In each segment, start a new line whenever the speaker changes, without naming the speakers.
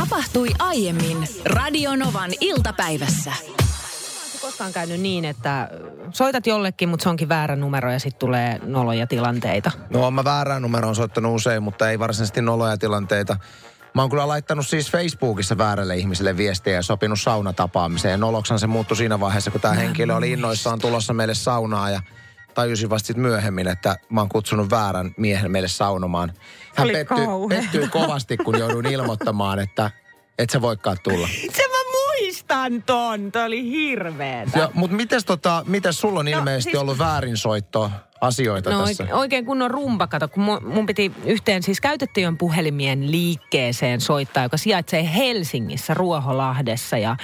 tapahtui aiemmin Radionovan iltapäivässä.
Onko koskaan käynyt niin, että soitat jollekin, mutta se onkin väärä numero ja sitten tulee noloja tilanteita?
No oon mä väärään numeroon soittanut usein, mutta ei varsinaisesti noloja tilanteita. Mä oon kyllä laittanut siis Facebookissa väärälle ihmiselle viestiä ja sopinut saunatapaamiseen. Noloksan se muuttui siinä vaiheessa, kun tämä henkilö oli innoissaan tulossa meille saunaa ja tajusin vasta sit myöhemmin, että mä oon kutsunut väärän miehen meille saunomaan. Hän
Oli
pettyy,
kauheeta.
pettyy kovasti, kun jouduin ilmoittamaan, että et sä voikaan tulla.
Se mä muistan ton, toi oli hirveetä.
Ja, mutta mites, tota, mites sulla on ilmeisesti
siis-
ollut väärinsoitto asioita
No
tässä?
oikein, oikein kunnon rumba, kato, kun mun, mun piti yhteen siis käytettyjen puhelimien liikkeeseen soittaa, joka sijaitsee Helsingissä, Ruoholahdessa. Ja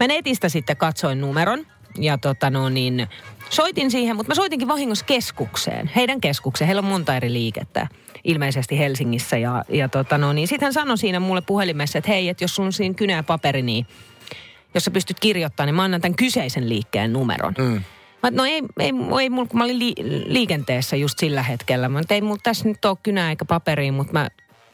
mä netistä sitten katsoin numeron ja tota no niin, soitin siihen, mutta mä soitinkin vahingossa keskukseen, heidän keskukseen. Heillä on monta eri liikettä ilmeisesti Helsingissä ja, ja tota no niin, sitten hän sanoi siinä mulle puhelimessa, että hei, että jos sulla on siinä kynä ja paperi, niin jos sä pystyt kirjoittamaan, niin mä annan tämän kyseisen liikkeen numeron. Mm. Mä, et, no ei, ei, ei mulla, kun mä olin li, liikenteessä just sillä hetkellä. Mä, et, ei mulla tässä nyt ole kynää eikä paperia, mutta mä,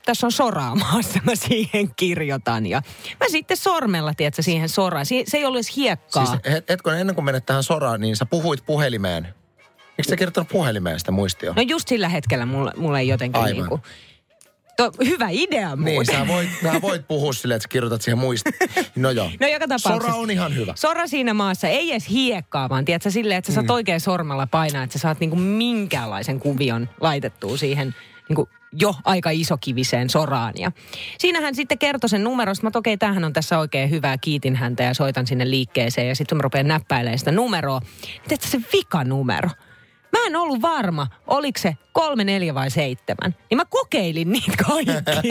tässä on soraa maassa, mä siihen kirjoitan. Ja mä sitten sormella, tiedätkö, siihen soraan. Si, se ei ollut edes hiekkaa.
Siis het, hetkinen, ennen kuin menet tähän soraan, niin sä puhuit puhelimeen. Eikö sä kirjoittanut puhelimeen sitä muistioon?
No just sillä hetkellä mulla, mulla ei jotenkin
Aivan.
niin kuin, to, hyvä idea muuten.
Niin, sä voit, sä voit puhua silleen, että sä kirjoitat siihen muista. No joo.
No joka tapauksessa.
Sora on ihan hyvä.
Sora siinä maassa, ei edes hiekkaa, vaan tiedätkö, silleen, että sä
Mm.
saat oikein sormella painaa, että sä saat niinku minkäänlaisen kuvion laitettua siihen niinku jo aika isokiviseen soraan. Ja siinä hän sitten kertoi sen numerosta. Mä toki tämähän on tässä oikein hyvää, kiitin häntä ja soitan sinne liikkeeseen ja sitten mä rupean näppäilemään sitä numeroa. Tiedätkö se vikanumero? Mä en ollut varma, oliko se kolme, neljä vai seitsemän. Niin mä kokeilin niitä kaikki.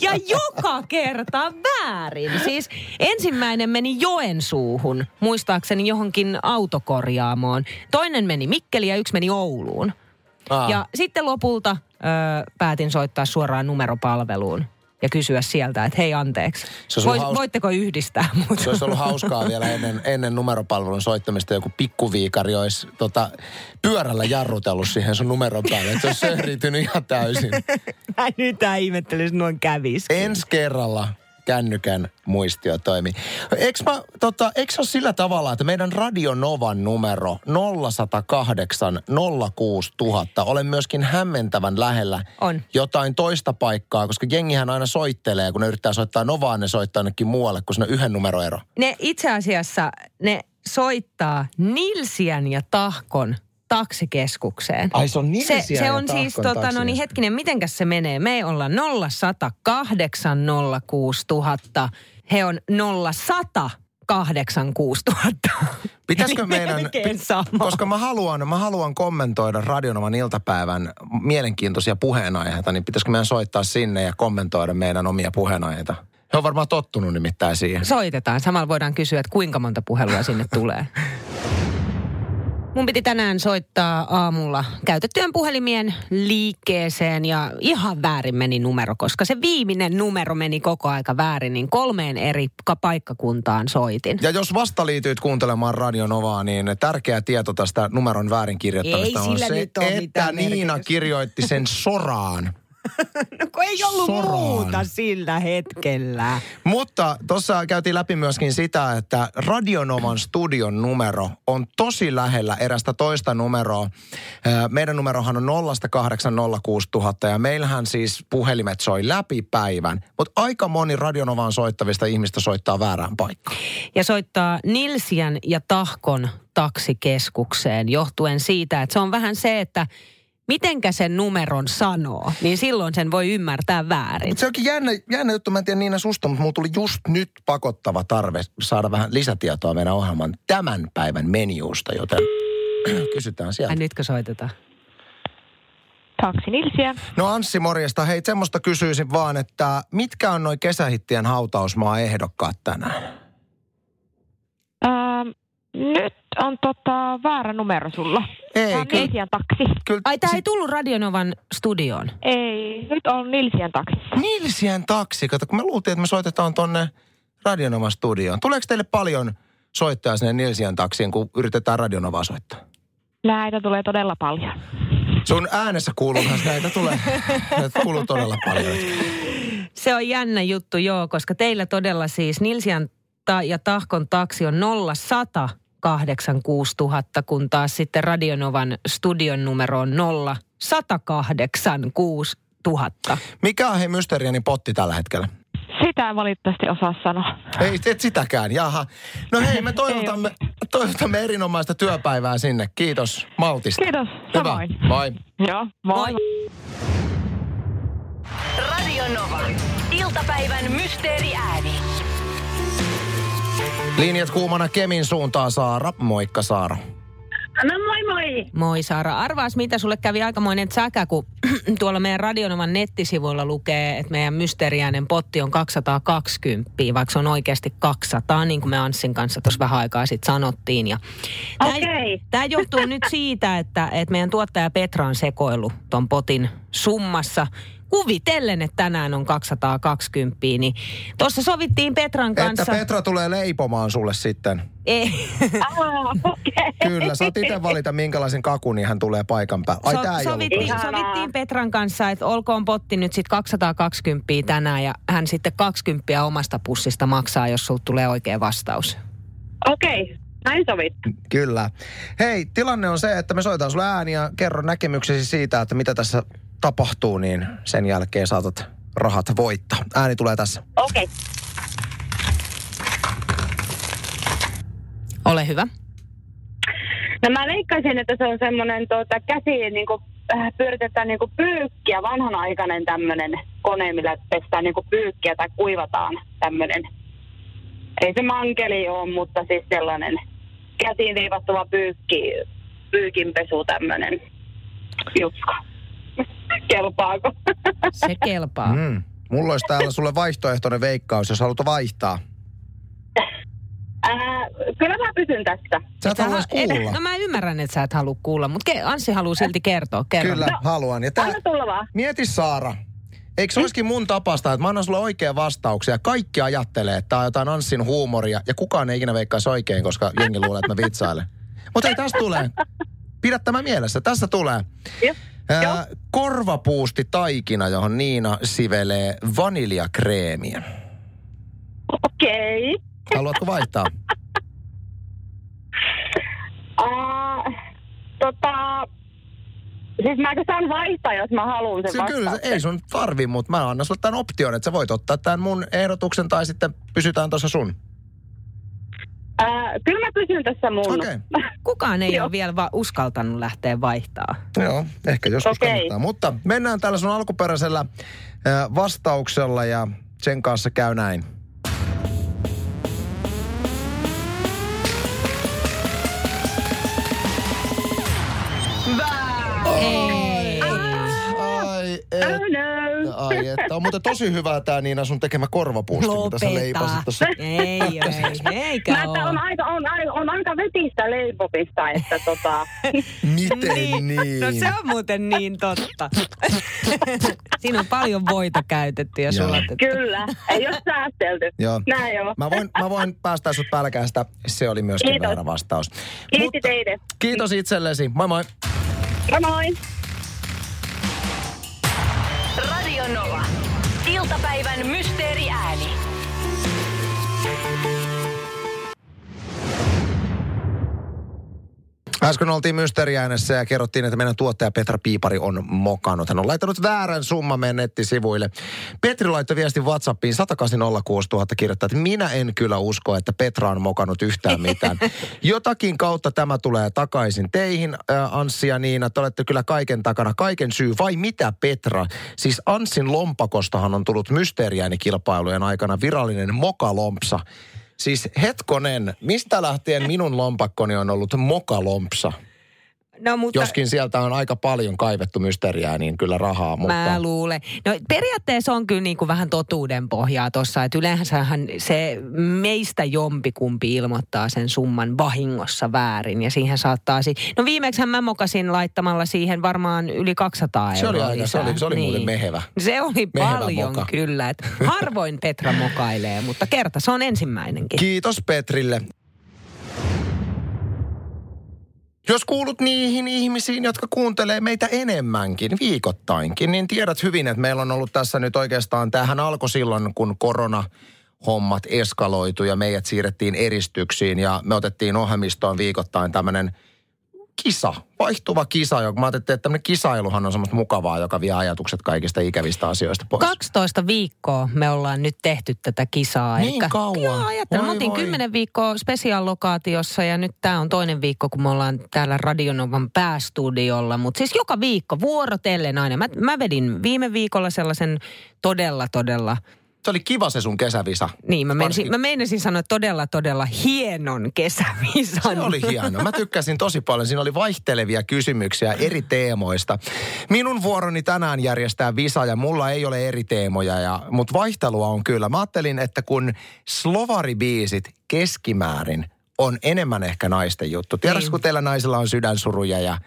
Ja joka kerta väärin. Siis ensimmäinen meni Joensuuhun, muistaakseni johonkin autokorjaamoon. Toinen meni Mikkeliin ja yksi meni Ouluun.
Aa.
Ja sitten lopulta ö, päätin soittaa suoraan numeropalveluun ja kysyä sieltä, että hei anteeksi,
Se olisi
vois,
ollut haus-
voitteko yhdistää mut?
Se olisi ollut hauskaa vielä ennen, ennen numeropalvelun soittamista, joku pikkuviikari olisi tota, pyörällä jarrutellut siihen sun numeron päälle. Että se olisi söhritynyt ihan täysin.
Mä nyt tää ihmettelisin, noin kävis.
Ensi kerralla kännykän muistio toimi. Eikö, mä, tota, eikö se ole sillä tavalla, että meidän Radio Novan numero 0108 06000 olen myöskin hämmentävän lähellä
On.
jotain toista paikkaa, koska jengihän aina soittelee, kun ne yrittää soittaa Novaan, ne soittaa jonnekin muualle, kun se on yhden numeroero.
ne itse asiassa ne soittaa Nilsiän ja Tahkon taksikeskukseen.
Ai se on
Se, se on siis, tota, no niin hetkinen, mitenkäs se menee? Me ollaan 0108 06000. He on 0100 000.
Pitäisikö
Eli
meidän,
Niin, melkein sama.
koska mä haluan, mä haluan kommentoida Radionovan iltapäivän mielenkiintoisia puheenaiheita, niin pitäisikö meidän soittaa sinne ja kommentoida meidän omia puheenaiheita? He on varmaan tottunut nimittäin siihen.
Soitetaan. Samalla voidaan kysyä, että kuinka monta puhelua sinne tulee. Mun piti tänään soittaa aamulla käytettyjen puhelimien liikkeeseen ja ihan väärin meni numero, koska se viimeinen numero meni koko aika väärin, niin kolmeen eri ka- paikkakuntaan soitin.
Ja jos vasta liityit kuuntelemaan Radionovaa, niin tärkeä tieto tästä numeron väärinkirjoittamista
Ei
on
sillä
se,
nyt ole
että
mitään
Niina
merkitystä.
kirjoitti sen soraan.
No, kun ei
ollut Soraan. muuta
sillä hetkellä.
Mutta tuossa käytiin läpi myöskin sitä, että Radionovan studion numero on tosi lähellä erästä toista numeroa. Ö, Meidän numerohan on 0806000 ja meillähän siis puhelimet soi läpi päivän. Mutta aika moni Radionovaan soittavista ihmistä soittaa väärään paikkaan.
ja soittaa Nilsian ja Tahkon taksikeskukseen johtuen siitä, että se on vähän se, että mitenkä sen numeron sanoo, niin silloin sen voi ymmärtää väärin.
Mut se onkin jännä, jännä juttu, mä en tiedä Niina susta, mutta mulla tuli just nyt pakottava tarve saada vähän lisätietoa meidän ohjelman tämän päivän menjuusta, joten kysytään sieltä.
Ai nytkö soitetaan?
Taksi Nilsiä.
No Anssi, morjesta. Hei, semmoista kysyisin vaan, että mitkä on noin kesähittien hautausmaa ehdokkaat tänään?
Öö, nyt on tota, väärä numero sulla.
Ei,
Tää on
kyllä-
Nilsiän taksi.
Kyllä siis
Ai tämä ei tullut Radionovan studioon.
Ei, nyt on Nilsiän taksissa.
Nilsien taksi, kato, kun me luultiin, että me soitetaan tonne Radionovan studioon. Tuleeko teille paljon soittaa sinne Nilsien taksiin, kun yritetään Radionovaa soittaa?
Näitä tulee todella paljon.
Sun äänessä kuuluu, näitä tulee. Näitä kuuluu todella paljon.
Se on jännä juttu, joo, koska teillä todella siis Nilsian ta- ja Tahkon taksi on 0100 86000, kun taas sitten Radionovan studion numero on 0 000.
Mikä on hei Mysterianin potti tällä hetkellä?
Sitä en valitettavasti osaa sanoa.
Ei et sitäkään, jaha. No hei, me toivotamme, toivotamme erinomaista työpäivää sinne. Kiitos maltista.
Kiitos,
Hyvä.
samoin.
Moi.
Joo, moi.
Radio Novan iltapäivän mysteeriääni.
Linjat kuumana Kemin suuntaan Saara. Moikka Saara.
No moi moi.
Moi Saara. Arvaas, mitä sulle kävi aikamoinen säkä, kun tuolla meidän Radionovan nettisivuilla lukee, että meidän mysteeriäinen potti on 220, vaikka se on oikeasti 200, niin kuin me Anssin kanssa tuossa vähän aikaa sitten sanottiin. Ja tämä,
Okei.
tämä johtuu nyt siitä, että, että meidän tuottaja Petra on sekoillut ton potin summassa. Kuvitellen, että tänään on 220, niin tuossa sovittiin Petran kanssa.
Että Petra tulee leipomaan sulle sitten.
Ei.
Aa, okei.
Kyllä, saat itse valita minkälaisen kakun niin hän tulee paikan päälle. Ai tää ei
sovittiin,
ollutkaan.
Ihanaa.
sovittiin Petran kanssa, että olkoon potti nyt sitten 220 tänään ja hän sitten 20 omasta pussista maksaa, jos sulla tulee oikea vastaus.
Okei, näin sovit.
Kyllä. Hei, tilanne on se, että me soitaan sulle ääniä, kerro näkemyksesi siitä, että mitä tässä tapahtuu, niin sen jälkeen saatat rahat voittaa. Ääni tulee tässä.
Okei.
Ole hyvä.
No mä leikkaisin, että se on semmoinen tuota, käsi niin kuin, äh, pyöritetään niin kuin pyykkiä, vanhanaikainen tämmöinen kone, millä pestään niin kuin pyykkiä tai kuivataan tämmöinen. Ei se mankeli ole, mutta siis sellainen käsiin viivattuva pyykki, pyykinpesu tämmöinen jutska. Kelpaako?
Se
Ah.
kelpaa.
Mm. Mulla olisi täällä sulle vaihtoehtoinen veikkaus, jos haluat vaihtaa.
Ää, kyllä mä pysyn tässä.
Sä et
Sä
haluaisi
hal- et-
kuulla.
No mä ymmärrän, että sä et halua kuulla, mutta ke- Anssi haluaa silti kertoa. Kerro.
Kyllä, haluan. Ja tää,
No. Anna tulla vaan.
mieti Saara. Eikö se olisikin mun tapasta, että mä annan sulle oikea vastauksia. Kaikki ajattelee, että tää on jotain Anssin huumoria ja kukaan ei ikinä veikkaisi oikein, koska jengi luulee, että mä vitsailen. Mutta ei tästä tulee. Pidä tämä mielessä. Tässä tulee.
Joo.
Ää, korvapuusti taikina, johon Niina sivelee vaniljakreemiä.
Okei.
Haluatko vaihtaa?
Ää, tota, siis mä saan vaihtaa, jos mä haluan sen
Se kyllä, se-
vastauksen.
ei sun tarvi, mutta mä annan sulle tämän option, että sä voit ottaa tämän mun ehdotuksen tai sitten pysytään tuossa sun.
Ää, kyllä mä pysyn tässä mun.
Okei.
Kukaan ei
Joo.
ole vielä vaan uskaltanut lähteä vaihtaa.
Joo, ehkä joskus okay.
Okei.
kannattaa. Mutta mennään tällä sun alkuperäisellä ö, vastauksella ja sen kanssa käy näin.
Ei.
Ai,
Oh no.
ai että. On muuten tosi hyvää tää Niina sun tekemä korvapuusti, mitä sä leipasit tuossa.
Ei, ei, eikä
Mä, että on,
ole.
aika, on, aika- on aika vetistä leipopista, että tota...
Miten niin?
No se on muuten niin totta. Siinä on paljon voita käytetty ja
Joo.
sulatettu.
kyllä, ei ole säästelty.
Joo.
Näin on.
Mä voin, mä voin päästää sut pälkästä. Se oli myöskin
Kiitos.
väärä vastaus.
Kiitti teille.
Kiitos itsellesi. Moi moi.
Moi moi.
Radio Nova. Iltapäivän mysteeriääni.
Äsken oltiin mysteeriäänessä ja kerrottiin, että meidän tuottaja Petra Piipari on mokannut. Hän on laittanut väärän summan meidän nettisivuille. Petri laittoi viesti WhatsAppiin 1806 000 kirjoittaa, että minä en kyllä usko, että Petra on mokannut yhtään mitään. Jotakin kautta tämä tulee takaisin teihin, äh, Anssi ja Niina. Te olette kyllä kaiken takana. Kaiken syy vai mitä, Petra? Siis Anssin lompakostahan on tullut mysteeriäänikilpailujen aikana virallinen mokalompsa. Siis hetkonen, mistä lähtien minun lompakkoni on ollut mokalompsa?
No, mutta
Joskin sieltä on aika paljon kaivettu mysteriää, niin kyllä rahaa, mutta...
Mä luulen. No periaatteessa on kyllä niin kuin vähän totuuden pohjaa tuossa, että yleensähän se meistä jompikumpi ilmoittaa sen summan vahingossa väärin ja siihen saattaa si- No viimeksihän mä mokasin laittamalla siihen varmaan yli 200
Se oli
euroa
aika, se
lisää.
oli, se oli niin. muuten mehevä.
Se oli
Mehevä
paljon
moka.
kyllä. Et harvoin Petra mokailee, mutta kerta se on ensimmäinenkin.
Kiitos Petrille. Jos kuulut niihin ihmisiin, jotka kuuntelee meitä enemmänkin, viikoittainkin, niin tiedät hyvin, että meillä on ollut tässä nyt oikeastaan, tähän alkoi silloin, kun korona hommat eskaloitu ja meidät siirrettiin eristyksiin ja me otettiin ohjelmistoon viikoittain tämmöinen kisa, vaihtuva kisa. Joka, mä ajattelin, että tämmöinen kisailuhan on semmoista mukavaa, joka vie ajatukset kaikista ikävistä asioista pois.
12 viikkoa me ollaan nyt tehty tätä kisaa.
Niin kauan.
Joo, ajattelin. Me
Voi
oltiin
voi.
10 viikkoa spesiallokaatiossa ja nyt tämä on toinen viikko, kun me ollaan täällä Radionovan päästudiolla. Mutta siis joka viikko vuorotellen aina. Mä, mä vedin viime viikolla sellaisen todella, todella
Se oli kiva se sun kesävisa.
Niin, mä,
Varsinkin-
menisin, mä meinasin sanoa todella, todella hienon kesävisan.
Se oli hieno. Mä tykkäsin tosi paljon. Siinä oli vaihtelevia kysymyksiä eri teemoista. Minun vuoroni tänään järjestää visa ja mulla ei ole eri teemoja, ja, mutta vaihtelua on kyllä. Mä ajattelin, että kun slovaribiisit keskimäärin on enemmän ehkä naisten juttu. Tiedätkö,
Niin.
kun teillä naisilla on sydänsuruja ja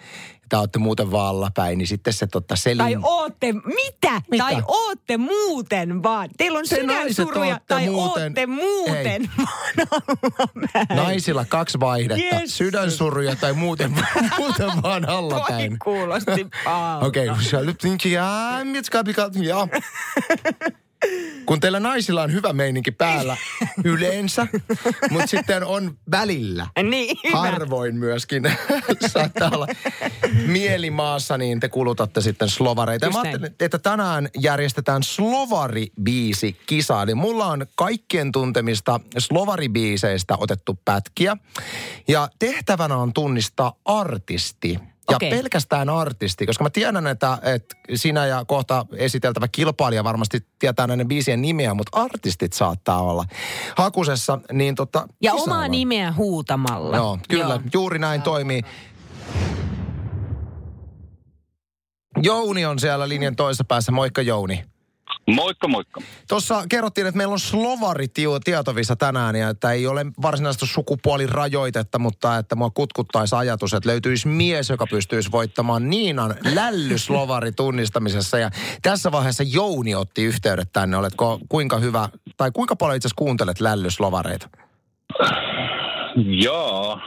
te olette muuten vaalla päin, niin sitten se totta selin...
Tai ootte, mitä?
Mitä?
Tai ootte muuten vaan. Teillä on
Te
sydänsuruja,
naiset ootte
tai
muuten- No
ootte muuten vaan allapäin.
Naisilla kaksi vaihdetta,
Jes.
sydänsuruja tai muuten, muuten vaan alla
Toi
päin.
kuulosti pahalta.
Okei, okay. jaa, mitkä pika, jaa. Kun teillä naisilla on hyvä meininki päällä yleensä, mutta sitten on välillä.
Niin, hyvä.
Harvoin myöskin saattaa olla mielimaassa, niin te kulutatte sitten slovareita.
Just
Mä
näin.
ajattelin, että tänään järjestetään slovaribiisi kisa. Eli mulla on kaikkien tuntemista slovaribiiseistä otettu pätkiä. Ja tehtävänä on tunnistaa artisti. Ja
Okei.
pelkästään artisti, koska mä tiedän, että, että sinä ja kohta esiteltävä kilpailija varmasti tietää näiden biisien nimiä, mutta artistit saattaa olla hakusessa. Niin tota,
Ja
kisaa
omaa
vaan.
nimeä huutamalla.
Joo, kyllä,
Joo.
juuri näin toimii. Jouni on siellä linjan toisessa päässä. Moikka Jouni.
Moikka, moikka.
Tuossa kerrottiin, että meillä on slovaritietovisa tänään ja että ei ole varsinaista sukupuolirajoitetta, mutta että mua kutkuttaisi ajatus, että löytyisi mies, joka pystyisi voittamaan Niinan lällyslovari tunnistamisessa. Ja tässä vaiheessa Jouni otti yhteydet tänne. Oletko kuinka hyvä, tai kuinka paljon itse asiassa kuuntelet lällyslovareita?
Joo,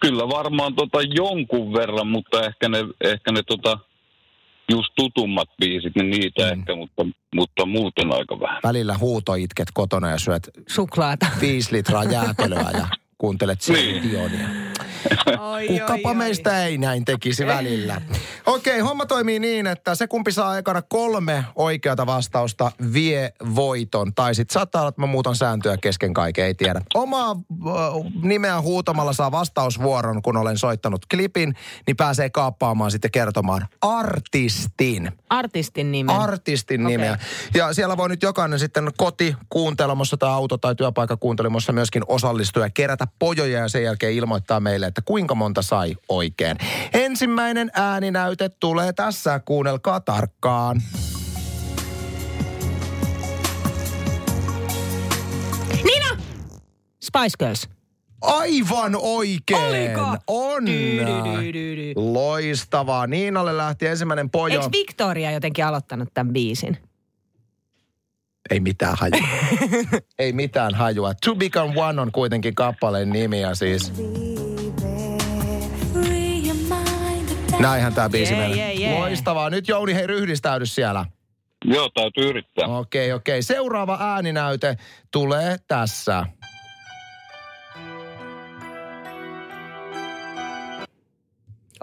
kyllä varmaan tota jonkun verran, mutta ehkä ne, ehkä ne tota just tutummat biisit, niin niitä
Mm.
mm. ehkä, mutta, mutta muuten aika vähän.
Välillä huuto itket kotona ja syöt
Suklaata.
viisi litraa jäätelöä ja kuuntelet
Niin.
Dionia.
Oi,
Kukapa meistä ei näin tekisi välillä. Okei, homma toimii niin, että se kumpi saa ekana kolme oikeata vastausta vie voiton. Tai sitten saattaa olla, että mä muutan sääntöä kesken kaiken, ei tiedä. Omaa äh, nimeä huutamalla saa vastausvuoron, kun olen soittanut klipin, niin pääsee kaappaamaan sitten kertomaan artistin
Artistin nimen.
artistin nimeä.
Niin. Okei.
Ja siellä voi nyt jokainen sitten koti kuuntelemassa tai auto tai työpaikka kuuntelemassa myöskin osallistua ja kerätä pojoja ja sen jälkeen ilmoittaa meille, että kuinka monta sai oikein. Ensimmäinen ääninäyte tulee tässä, kuunnelkaa tarkkaan.
Nina! Spice Girls.
Aivan oikein!
Oliko?
On!
Dydydydydy.
Loistavaa. Niinalle lähti ensimmäinen pojo.
Eikö Victoria jotenkin aloittanut tämän biisin?
Ei mitään hajua. Ei mitään hajua. To Become One on kuitenkin kappaleen nimi ja siis... Näinhän tämä biisi
Jee,
menee.
jee, jee.
Loistavaa. Nyt Jouni, hei ryhdistäydy siellä.
Joo, täytyy yrittää.
Okei, okei. Seuraava ääninäyte tulee tässä.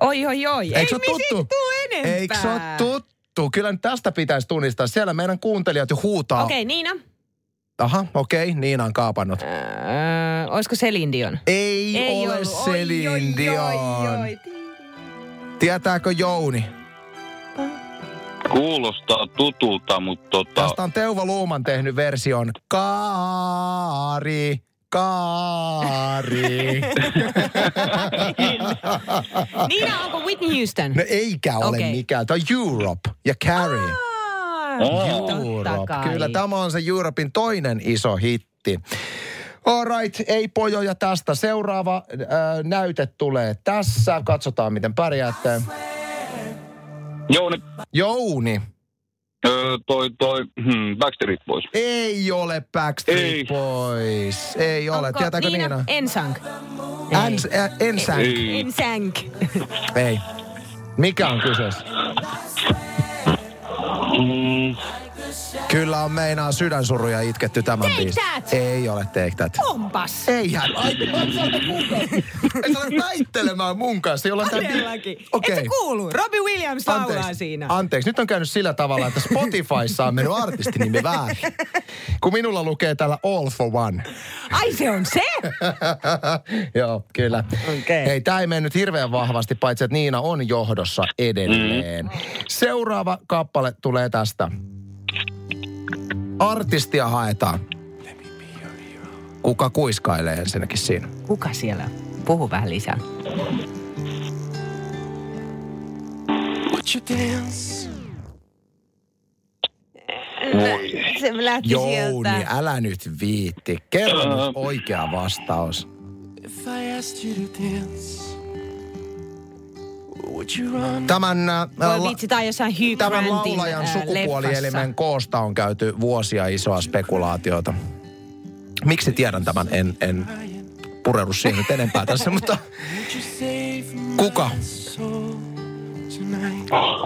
Oi, oi, oi.
Eikö se ole tuttu?
tuu enempää.
Eikö se ole tuttu? Kyllä nyt tästä pitäisi tunnistaa. Siellä meidän kuuntelijat jo huutaa.
Okei, okay, Niina.
Aha, okei. Niina on kaapannut.
Öö, olisiko Celine Dion?
Ei,
Ei
ole
ollut.
Celine Dion. Tietääkö Jouni?
Kuulostaa tutulta, mutta tota,
Tästä on Teuvo Luuman tehnyt version Kaari, Kaari.
Ah. Niina, onko Whitney Houston?
No eikä ole
Okei.
mikään. Tämä on Europe ja Carrie.
Ah,
Joo.
totta
Europe.
kai.
Kyllä tämä on se Europin toinen iso hitti. Alright, ei pojoja tästä. Seuraava äh, näyte tulee tässä. Katsotaan, miten pärjäätte.
Jouni,
Jouni.
Öö, toi, toi, hmm, Backstreet Boys.
Ei ole Backstreet
Ei.
Boys. Ei ole.
Onko
Tietääkö Niina?
Ensank.
Ens- ä- Ensänk. Ei.
Ei.
Ensank.
Ei. Mikä on kyseessä?
Mm,
Kyllä on meinaa sydänsuruja itketty tämän
Take
biisin.
that!
Ei ole Take That.
Onpas.
Eihän. Ai, mä en saa mun kanssa. Ei saa väittelemään mun kanssa, jolla tämä...
Todellakin.
Okei.
Et sä kuulu. Robbie Williams laulaa siinä.
anteeksi, nyt on käynyt sillä tavalla, että Spotifyssa on mennyt artistinimi väärin. Kun minulla lukee täällä All for One.
Ai se on se?
Joo, kyllä.
Okei.
Hei, tämä ei mennyt hirveän vahvasti, paitsi että Niina on johdossa edelleen.
Mm.
Seuraava kappale tulee tästä. Artistia haetaan. Kuka kuiskailee ensinnäkin siinä?
Kuka siellä? Puhu vähän lisää.
voi.
Se lähti
Jouni,
sieltä.
älä nyt viitti. Kerro
Ää.
nyt oikea vastaus. Tämän, äh,
Voi
la-
vitsi, tai jossain Hugh
tämän
Grantin,
laulajan
äh,
sukupuolielimen
leffassa.
koosta on käyty vuosia isoa spekulaatiota. Miksi tiedän tämän? En, en pureudu siihen nyt enempää tässä, mutta kuka?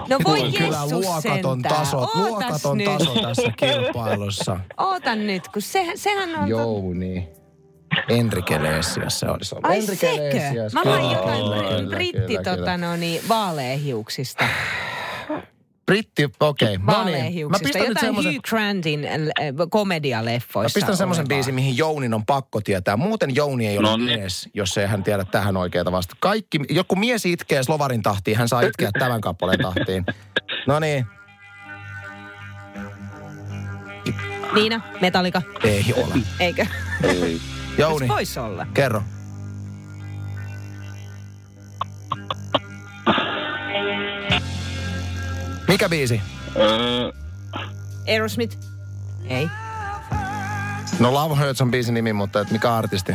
No voi
Kyllä
Jeesus
luokaton
sentään.
taso,
Ootas
luokaton
nyt.
taso tässä kilpailussa.
Ootan nyt, kun se, sehän on...
Jouni. Enrique Iglesias se olisi ollut.
Ai
Enrique
sekö?
Iglesias,
Mä
kyllä,
luin jotain
kyllä,
br-
kyllä,
britti
kyllä,
tota,
kyllä.
no niin, vaaleahiuksista.
Britti, okei. No niin. Mä
Vaaleahiuksista.
pistän nyt
tota- jotain
semmoisen...
Hugh Grantin äh,
Mä
komedialeffoissa.
pistän semmoisen
olevaa.
biisin, mihin Jounin on pakko tietää. Muuten Jouni ei ole
No niin.
mies, jos ei hän tiedä tähän oikeata vasta. Kaikki, joku mies itkee Slovarin tahtiin, hän saa itkeä tämän kappaleen tahtiin. No niin,
Niina, Metallica,
ei ole.
eikö?
Ei.
Jouni,
Voisi olla.
kerro. Mikä biisi?
Öö,
Aerosmith? Ei.
No Love Hurts on biisin nimi, mutta et mikä artisti?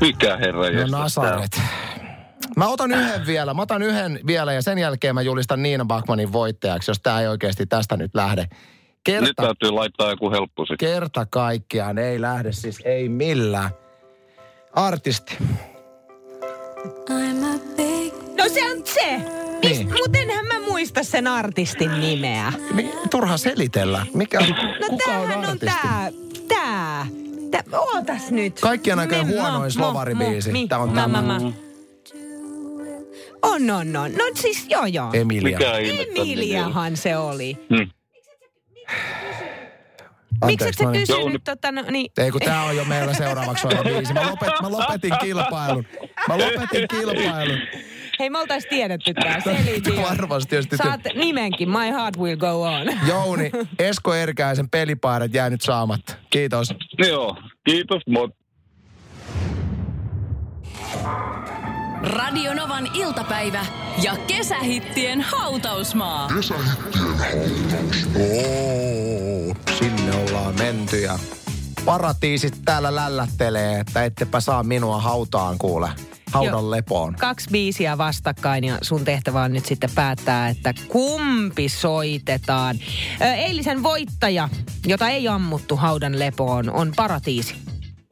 mikä herra
No
jestas tää?
Nasaret. Mä otan yhden vielä, mä otan yhden vielä ja sen jälkeen mä julistan Niina Bachmanin voittajaksi, jos tää ei oikeasti tästä nyt lähde.
Nyt
Kerta,
täytyy laittaa joku helppo sitten.
kerta kaikkiaan ei lähde, siis ei millään. Artisti.
I'm a big
No se on se!
Niin.
Niin. Mutta enhän mä muista sen artistin nimeä.
Mi- Turha selitellä. Mikä on,
No
kuka on
tämähän on,
artisti?
tää. Tää. tää. Ootas nyt.
Kaikkien aikojen
Me-
huonoin
mo-
slovaribiisi.
mo- mi-
Tää on
ma-
tämä.
ma- ma. On, on, on. No siis joo, joo.
Emilia.
Mikä ihmettä niin nimi
Emiliahan Niin, se oli.
on? Hmm.
Miksi
Anteeksi,
sä
no niin.
kysynyt
Jouni.
tota, no, niin,
Ei kun tää on jo meillä seuraavaksi oleva biisi. Mä, lopet, mä lopetin kilpailun. Mä lopetin kilpailun.
hei me oltais tiedetty tää, selitin. jo.
Varmasti jos tytö-
Saat nimenkin, My Heart Will Go On.
Jouni, Esko Erkäisen pelipaidat jää nyt saamatta. Kiitos.
Joo, kiitos, moi.
Radionovan iltapäivä ja kesähittien hautausmaa.
Oo, sinne ollaan menty ja paratiisit täällä lällättelee, että ettepä saa minua hautaan kuule. Haudan
Joo.
lepoon.
Kaksi biisiä vastakkain ja sun tehtävä on nyt sitten päättää, että kumpi soitetaan. Ö, eilisen voittaja, jota ei ammuttu haudan lepoon, on Paratiisi.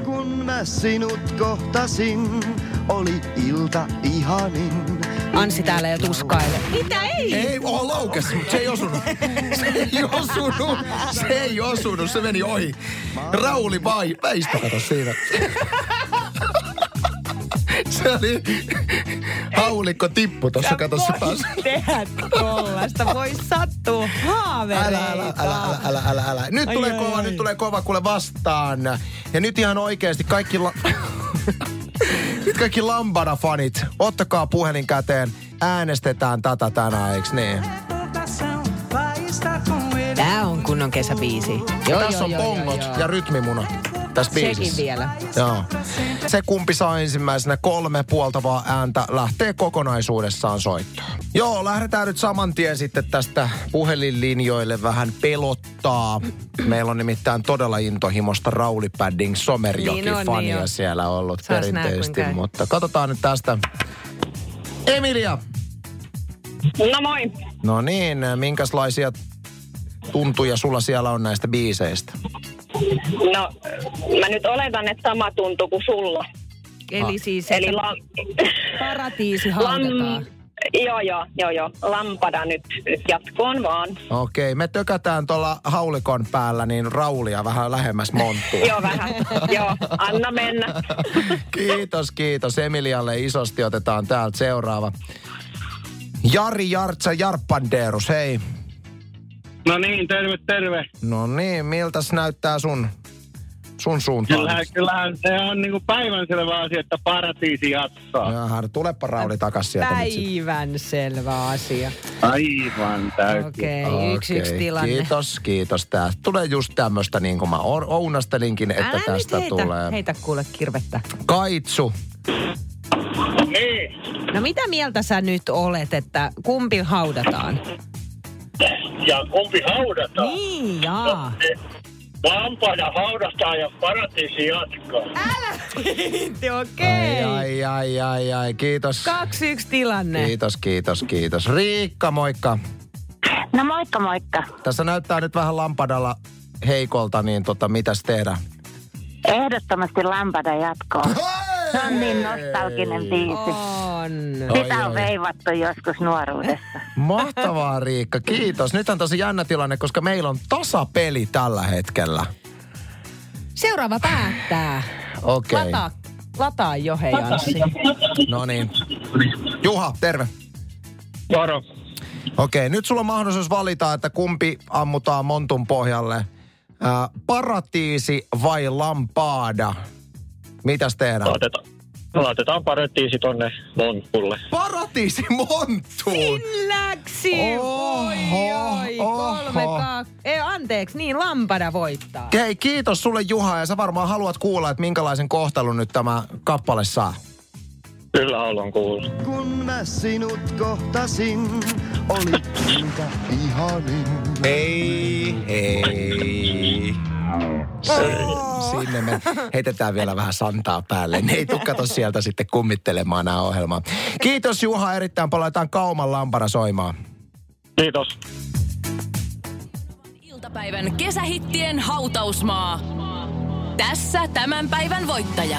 Kun mä sinut kohtasin, oli ilta ihanin.
Anssi täällä jo tuskailee. Mitä ei?
Ei, oh, laukes, mutta se ei osunut. Se ei osunut, se ei osunut, se meni ohi. Rauli vai, väistä kato siinä. Se oli, haulikko tippu tuossa katossa taas.
Voi tehdä tollasta, voi sattua haavereita.
Älä, älä, älä, älä, älä, älä, älä. Nyt
Ai,
tulee
ai,
kova,
ai.
nyt tulee kova kuule vastaan. Ja nyt ihan oikeasti kaikki... La- nyt kaikki Lambada-fanit, ottakaa puhelin käteen. Äänestetään tätä tänään, eiks niin?
Tää on kunnon kesäbiisi.
Joo, tässä on bongot ja rytmimuna tässä
Sekin
biisissä.
vielä.
Joo. Se kumpi saa ensimmäisenä kolme puoltavaa ääntä lähtee kokonaisuudessaan soittoon. Joo, lähdetään nyt saman tien sitten tästä puhelinlinjoille vähän pelottaa. Meillä on nimittäin todella intohimosta Rauli Padding Somerjoki
Niin on,
fania
niin on.
siellä ollut
Saas nähdä,
perinteisesti,
kuinka käy.
mutta katsotaan nyt tästä. Emilia,
No moi.
No niin, minkälaisia tuntuja sulla siellä on näistä biiseistä?
No, mä nyt oletan, että sama tuntuu kuin sulla.
Ah.
Eli siis,
Eli
että
la...
paratiisi
lam...
haudataan.
Joo, joo, joo, joo. Lampada nyt, nyt jatkoon vaan.
Okei, me tökätään tuolla haulikon päällä niin Raulia vähän lähemmäs monttua.
Joo, vähän. joo, anna mennä.
kiitos, kiitos. Emilialle isosti otetaan täältä seuraava. Jari Jartsa Jarppandeerus, hei.
No niin, terve, terve.
No niin, miltäs näyttää sun, sun suuntaan?
Kyllähän, kyllähän se on niinku päivänselvä asia, että paratiisi jatkaa.
Jaha, tulepa Rauli takas sieltä nyt sit.
Päivän selvä asia.
Aivan täysin.
Okei, okay, yksi yksi
Okei,
tilanne.
Kiitos, kiitos. Tää tulee just tämmöistä, niin kuin mä or- ounastelinkin, että
Älä nyt
tästä
heitä,
tulee.
Heitä kuule kirvettä.
Kaitsu.
Niin,
No mitä mieltä sä nyt olet, että kumpi haudataan?
ja kumpi
No.
haudataan?
Niin, jaa.
Lampaja haudataan ja paratiisi jatkaa.
Okei.
Ai,
Okay.
ai, ai, ai, ai. Kiitos.
Kaksi yksi tilanne.
Kiitos, kiitos, kiitos. Riikka, moikka.
No moikka, moikka.
Tässä näyttää nyt vähän lampadalla heikolta, niin tota, mitäs tehdä?
Ehdottomasti lampada jatkoon. Se on niin nostalginen biisi.
On.
Sitä on veivattu joskus nuoruudessa.
Mahtavaa Riikka, kiitos. Nyt on tosi jännä tilanne, koska meillä on tasapeli tällä hetkellä.
Seuraava päättää.
Okei.
Lataa, lataa jo hei Anssi.
No niin. Juha, terve.
Moro.
Okei, nyt sulla on mahdollisuus valita, että kumpi ammutaan montun pohjalle. Ää, paratiisi vai lampaada? Mitäs tehdään?
Laitetaan, laitetaan paratiisi tonne Montpulle.
Paratiisi monttuun!
Läksi! Oi,
Oho,
oi,
oho.
kolme, kaksi. Ei, anteeksi, niin lampada voittaa.
Hei, kiitos sulle Juha ja sä varmaan haluat kuulla, että minkälaisen kohtalon nyt tämä kappale saa.
Kyllä haluan kuulla.
Kun mä sinut kohtasin, oli ilta ihanin.
Ei, ei. Sinne me heitetään vielä vähän santaa päälle. Ne ei tuu kato sieltä sitten kummittelemaan nämä ohjelmaa. Kiitos Juha erittäin paljon. Laitetaan Kauman lampara soimaan.
Kiitos.
Iltapäivän kesähittien hautausmaa. Tässä tämän päivän voittaja.